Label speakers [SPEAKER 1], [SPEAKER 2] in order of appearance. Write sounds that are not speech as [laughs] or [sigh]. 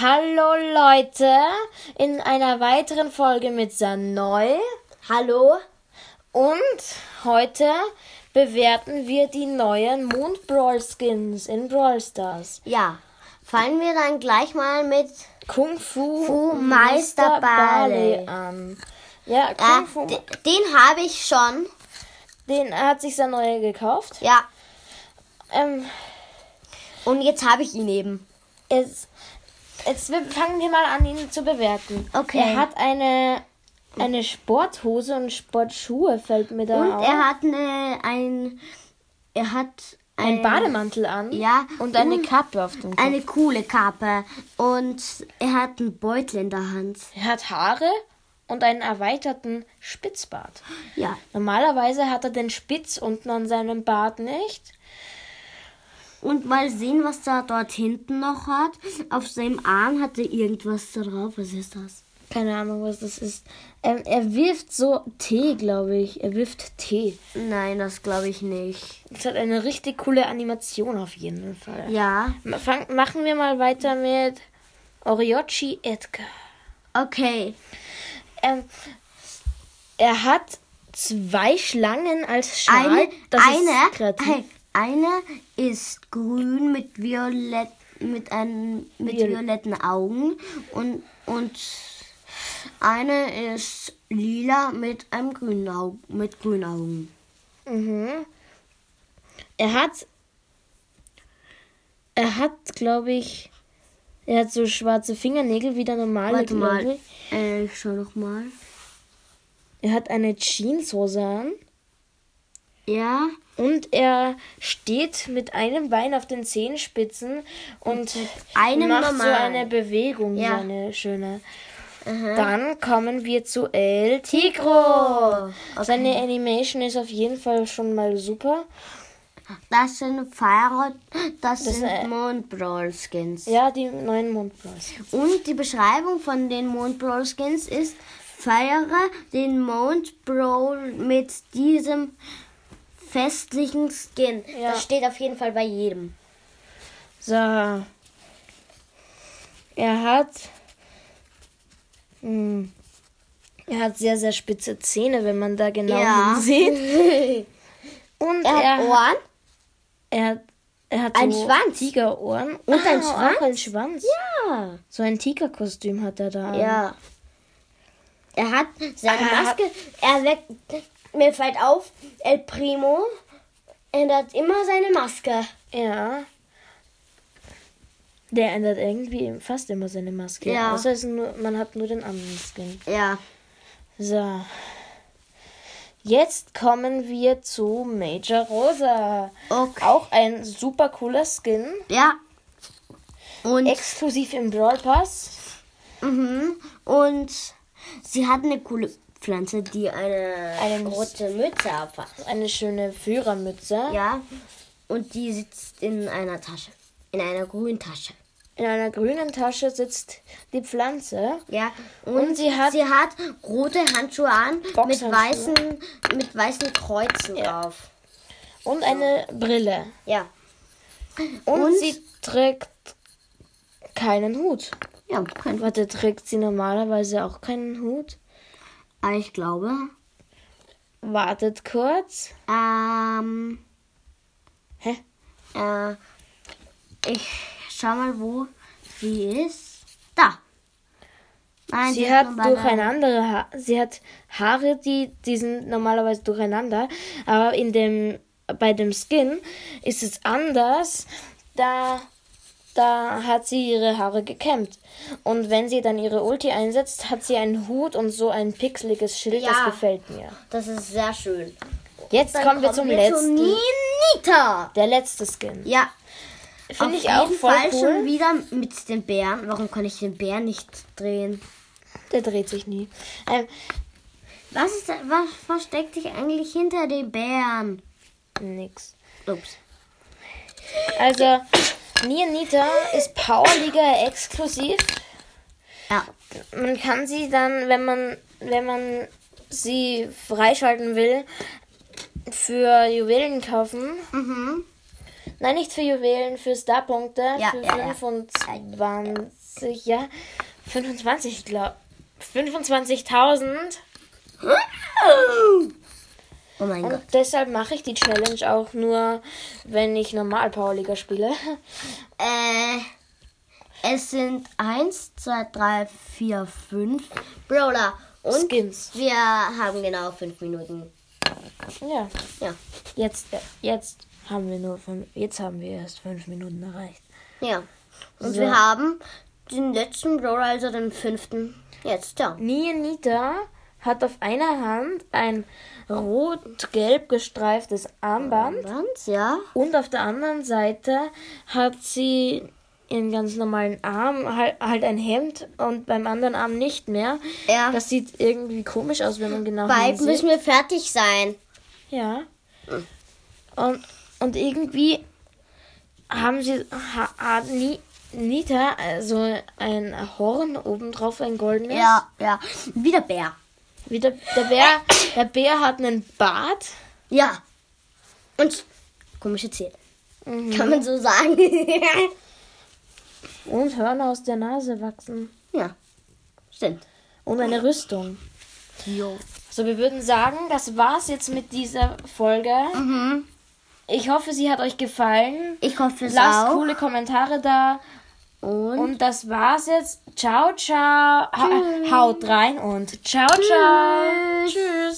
[SPEAKER 1] Hallo Leute, in einer weiteren Folge mit Sanoi.
[SPEAKER 2] Hallo?
[SPEAKER 1] Und heute bewerten wir die neuen Mond Brawl Skins in Brawl Stars.
[SPEAKER 2] Ja. Fangen wir dann gleich mal mit.
[SPEAKER 1] Kung Fu,
[SPEAKER 2] Fu Meister Barley.
[SPEAKER 1] an. Ja, Kung
[SPEAKER 2] Ja,
[SPEAKER 1] Fu,
[SPEAKER 2] de- äh, den habe ich schon.
[SPEAKER 1] den hat sich Sanoi gekauft.
[SPEAKER 2] Ja.
[SPEAKER 1] Ähm,
[SPEAKER 2] Und jetzt habe ich ihn eben.
[SPEAKER 1] jetzt, jetzt wir- fangen wir mal an, ihn zu bewerten.
[SPEAKER 2] Okay.
[SPEAKER 1] Er hat eine, eine Sporthose und Sportschuhe, fällt mir da
[SPEAKER 2] Und
[SPEAKER 1] auf.
[SPEAKER 2] er hat eine, ein. Er hat
[SPEAKER 1] einen
[SPEAKER 2] ein-
[SPEAKER 1] Bademantel an
[SPEAKER 2] Ja,
[SPEAKER 1] und Äh, um eine
[SPEAKER 2] und
[SPEAKER 1] Kappe auf dem Kopf.
[SPEAKER 2] Eine coole Kappe. Und er hat einen Beutel in der Hand.
[SPEAKER 1] Er hat Haare und einen erweiterten Spitzbart.
[SPEAKER 2] Ja.
[SPEAKER 1] Normalerweise hat er den Spitz unten an seinem Bart nicht.
[SPEAKER 2] Und mal sehen, was er dort hinten noch hat. Auf seinem Arm hat er irgendwas da drauf. Was ist das?
[SPEAKER 1] Keine Ahnung, was das ist. Ähm, er wirft so Tee, glaube ich. Er wirft Tee.
[SPEAKER 2] Nein, das glaube ich nicht.
[SPEAKER 1] Das hat eine richtig coole Animation auf jeden Fall.
[SPEAKER 2] Ja.
[SPEAKER 1] M- Fang, machen wir mal weiter mit Oriochi Edgar.
[SPEAKER 2] Okay.
[SPEAKER 1] Ähm, er hat zwei Schlangen als Schal.
[SPEAKER 2] Eine,
[SPEAKER 1] das
[SPEAKER 2] eine,
[SPEAKER 1] ist kreativ.
[SPEAKER 2] hey, eine ist grün mit violett, mit einem, mit
[SPEAKER 1] Viol-
[SPEAKER 2] violetten Augen und, und eine ist lila mit einem grünen Auge, mit grünen Augen.
[SPEAKER 1] Mhm. Er hat. Er hat, glaube ich. Er hat so schwarze Fingernägel wie der normale.
[SPEAKER 2] Warte
[SPEAKER 1] glaub
[SPEAKER 2] mal,
[SPEAKER 1] ich.
[SPEAKER 2] äh, ich schau noch mal.
[SPEAKER 1] Er hat eine Jeanshose an.
[SPEAKER 2] Ja,
[SPEAKER 1] Und er steht mit einem Bein auf den Zehenspitzen und
[SPEAKER 2] einem
[SPEAKER 1] macht so
[SPEAKER 2] normal.
[SPEAKER 1] eine Bewegung,
[SPEAKER 2] Ja.
[SPEAKER 1] so eine schöne. Dann kommen wir zu El Tigro.
[SPEAKER 2] Okay.
[SPEAKER 1] Seine Animation ist auf jeden Fall schon mal super.
[SPEAKER 2] das sind Fahrrad, das, sind
[SPEAKER 1] äh,
[SPEAKER 2] Mondbrawl-Skins.
[SPEAKER 1] Ja, die neuen Mondblasen.
[SPEAKER 2] Und die Beschreibung von den Mond Brawl Skins ist, feiere den Mond Brawl mit diesem festlichen Skin.
[SPEAKER 1] Ja.
[SPEAKER 2] Das steht auf jeden Fall bei jedem.
[SPEAKER 1] So. Er hat. Hm, er hat sehr, sehr spitze Zähne, wenn man da genau
[SPEAKER 2] Ja.
[SPEAKER 1] hinsieht. Und
[SPEAKER 2] [laughs] Er hat Ohren.
[SPEAKER 1] Er hat, er hat
[SPEAKER 2] Ein
[SPEAKER 1] so
[SPEAKER 2] Schwanz.
[SPEAKER 1] Tigerohren.
[SPEAKER 2] Und ein
[SPEAKER 1] Auch
[SPEAKER 2] Schwanz?
[SPEAKER 1] ein Schwanz. So ein Tigerkostüm hat er da. an.
[SPEAKER 2] Ja. Er hat seine
[SPEAKER 1] Er hat-
[SPEAKER 2] Maske. Er weckt. Mir fällt auf, El Primo ändert immer seine Maske.
[SPEAKER 1] Ja. Der ändert irgendwie fast immer seine Maske.
[SPEAKER 2] Ja.
[SPEAKER 1] Außer es ist nur, man hat nur den anderen Skin.
[SPEAKER 2] Ja.
[SPEAKER 1] So. Jetzt kommen wir zu Major Rosa.
[SPEAKER 2] Okay.
[SPEAKER 1] Auch ein super cooler Skin.
[SPEAKER 2] Ja. Und
[SPEAKER 1] Exklusiv im Brawl Pass.
[SPEAKER 2] Mhm. Und sie hat eine coole Pflanze, die eine,
[SPEAKER 1] Eine
[SPEAKER 2] rote Mütze aufhat.
[SPEAKER 1] Eine schöne Führermütze.
[SPEAKER 2] Ja. Und die sitzt in einer Tasche. In einer grünen Tasche.
[SPEAKER 1] In einer grünen Tasche sitzt die Pflanze.
[SPEAKER 2] Ja. Und,
[SPEAKER 1] Und sie hat-
[SPEAKER 2] sie hat rote Handschuhe an mit
[SPEAKER 1] Boxhandschuhe.
[SPEAKER 2] weißen, mit weißen Kreuzen
[SPEAKER 1] Ja.
[SPEAKER 2] drauf.
[SPEAKER 1] Und eine Brille.
[SPEAKER 2] Ja.
[SPEAKER 1] Und,
[SPEAKER 2] Und?
[SPEAKER 1] sie trägt keinen Hut.
[SPEAKER 2] Ja, kein
[SPEAKER 1] Warte, trägt sie normalerweise auch keinen Hut?
[SPEAKER 2] Ah, Ich glaube.
[SPEAKER 1] Wartet kurz.
[SPEAKER 2] Ähm.
[SPEAKER 1] Hä?
[SPEAKER 2] Äh, ich schau mal, wo sie ist. Da. Nein,
[SPEAKER 1] Sie
[SPEAKER 2] ist
[SPEAKER 1] hat
[SPEAKER 2] nur bei der-
[SPEAKER 1] durcheinander, ha sie hat Haare, die, die sind normalerweise durcheinander, aber in dem, bei dem Skin ist es anders, da, da hat sie ihre Haare gekämmt. Und wenn sie dann ihre Ulti einsetzt, hat sie einen Hut und so ein pixeliges Schild, das
[SPEAKER 2] Ja.
[SPEAKER 1] gefällt mir.
[SPEAKER 2] Das ist sehr schön.
[SPEAKER 1] Jetzt kommen wir zum letzten,
[SPEAKER 2] Ninita.
[SPEAKER 1] der letzte Skin.
[SPEAKER 2] Ja,
[SPEAKER 1] Finde ich
[SPEAKER 2] auf
[SPEAKER 1] auch
[SPEAKER 2] jeden
[SPEAKER 1] voll
[SPEAKER 2] Fall schon
[SPEAKER 1] cool.
[SPEAKER 2] wieder mit den Bären. Warum kann ich den Bären nicht drehen?
[SPEAKER 1] Der dreht sich nie. Ähm,
[SPEAKER 2] Was ist da, was versteckt sich eigentlich hinter den Bären?
[SPEAKER 1] nix.
[SPEAKER 2] Ups.
[SPEAKER 1] Also, Nianita ist Powerliga exklusiv.
[SPEAKER 2] Ja.
[SPEAKER 1] Man kann sie dann, wenn man, wenn man sie freischalten will, für Juwelen kaufen.
[SPEAKER 2] Mhm.
[SPEAKER 1] Nein, nicht für Juwelen, für Starpunkte.
[SPEAKER 2] Ja,
[SPEAKER 1] für
[SPEAKER 2] ja, ja.
[SPEAKER 1] 25, ja. 25, glaube 25.000.
[SPEAKER 2] Oh mein
[SPEAKER 1] Und
[SPEAKER 2] Gott.
[SPEAKER 1] deshalb mache ich die Challenge auch nur, wenn ich normal Powerliga spiele.
[SPEAKER 2] Äh, es sind 1, 2, 3, 4, 5 Brawler. Und
[SPEAKER 1] Skins.
[SPEAKER 2] wir haben genau 5 Minuten.
[SPEAKER 1] Ja.
[SPEAKER 2] Ja.
[SPEAKER 1] Jetzt, jetzt haben wir nur fünf, jetzt haben wir erst fünf Minuten erreicht.
[SPEAKER 2] Ja. Und
[SPEAKER 1] So.
[SPEAKER 2] wir haben den letzten Brawler, also den fünften. Jetzt, ja.
[SPEAKER 1] Nienita hat auf einer Hand ein rot-gelb gestreiftes Armband
[SPEAKER 2] Ganz, ja.
[SPEAKER 1] und auf der anderen Seite hat sie ihren ganz normalen Arm halt, halt ein Hemd und beim anderen Arm nicht mehr.
[SPEAKER 2] Ja.
[SPEAKER 1] Das sieht irgendwie komisch aus, wenn man genau
[SPEAKER 2] Bald
[SPEAKER 1] hinsieht.
[SPEAKER 2] müssen wir fertig sein.
[SPEAKER 1] Ja. Und, und irgendwie haben sie ha, hat Ni- Nita also ein Horn obendrauf, ein goldenes.
[SPEAKER 2] Ja, ja. Wieder Bär.
[SPEAKER 1] Wie der, der, Bär, der Bär hat einen Bart.
[SPEAKER 2] Ja. Und komische Zähne. Kann man so sagen. [laughs]
[SPEAKER 1] Und Hörner aus der Nase wachsen.
[SPEAKER 2] ja. Stimmt.
[SPEAKER 1] Und eine Rüstung.
[SPEAKER 2] Jo.
[SPEAKER 1] So, Also wir würden sagen, das war's jetzt mit dieser Folge.
[SPEAKER 2] Mhm.
[SPEAKER 1] Ich hoffe, sie hat euch gefallen.
[SPEAKER 2] Ich hoffe es
[SPEAKER 1] Lasst
[SPEAKER 2] auch.
[SPEAKER 1] coole Kommentare da.
[SPEAKER 2] Und
[SPEAKER 1] Und das war's jetzt. Ciao, ciao. Ha haut rein und ciao, ciao. Tschüss.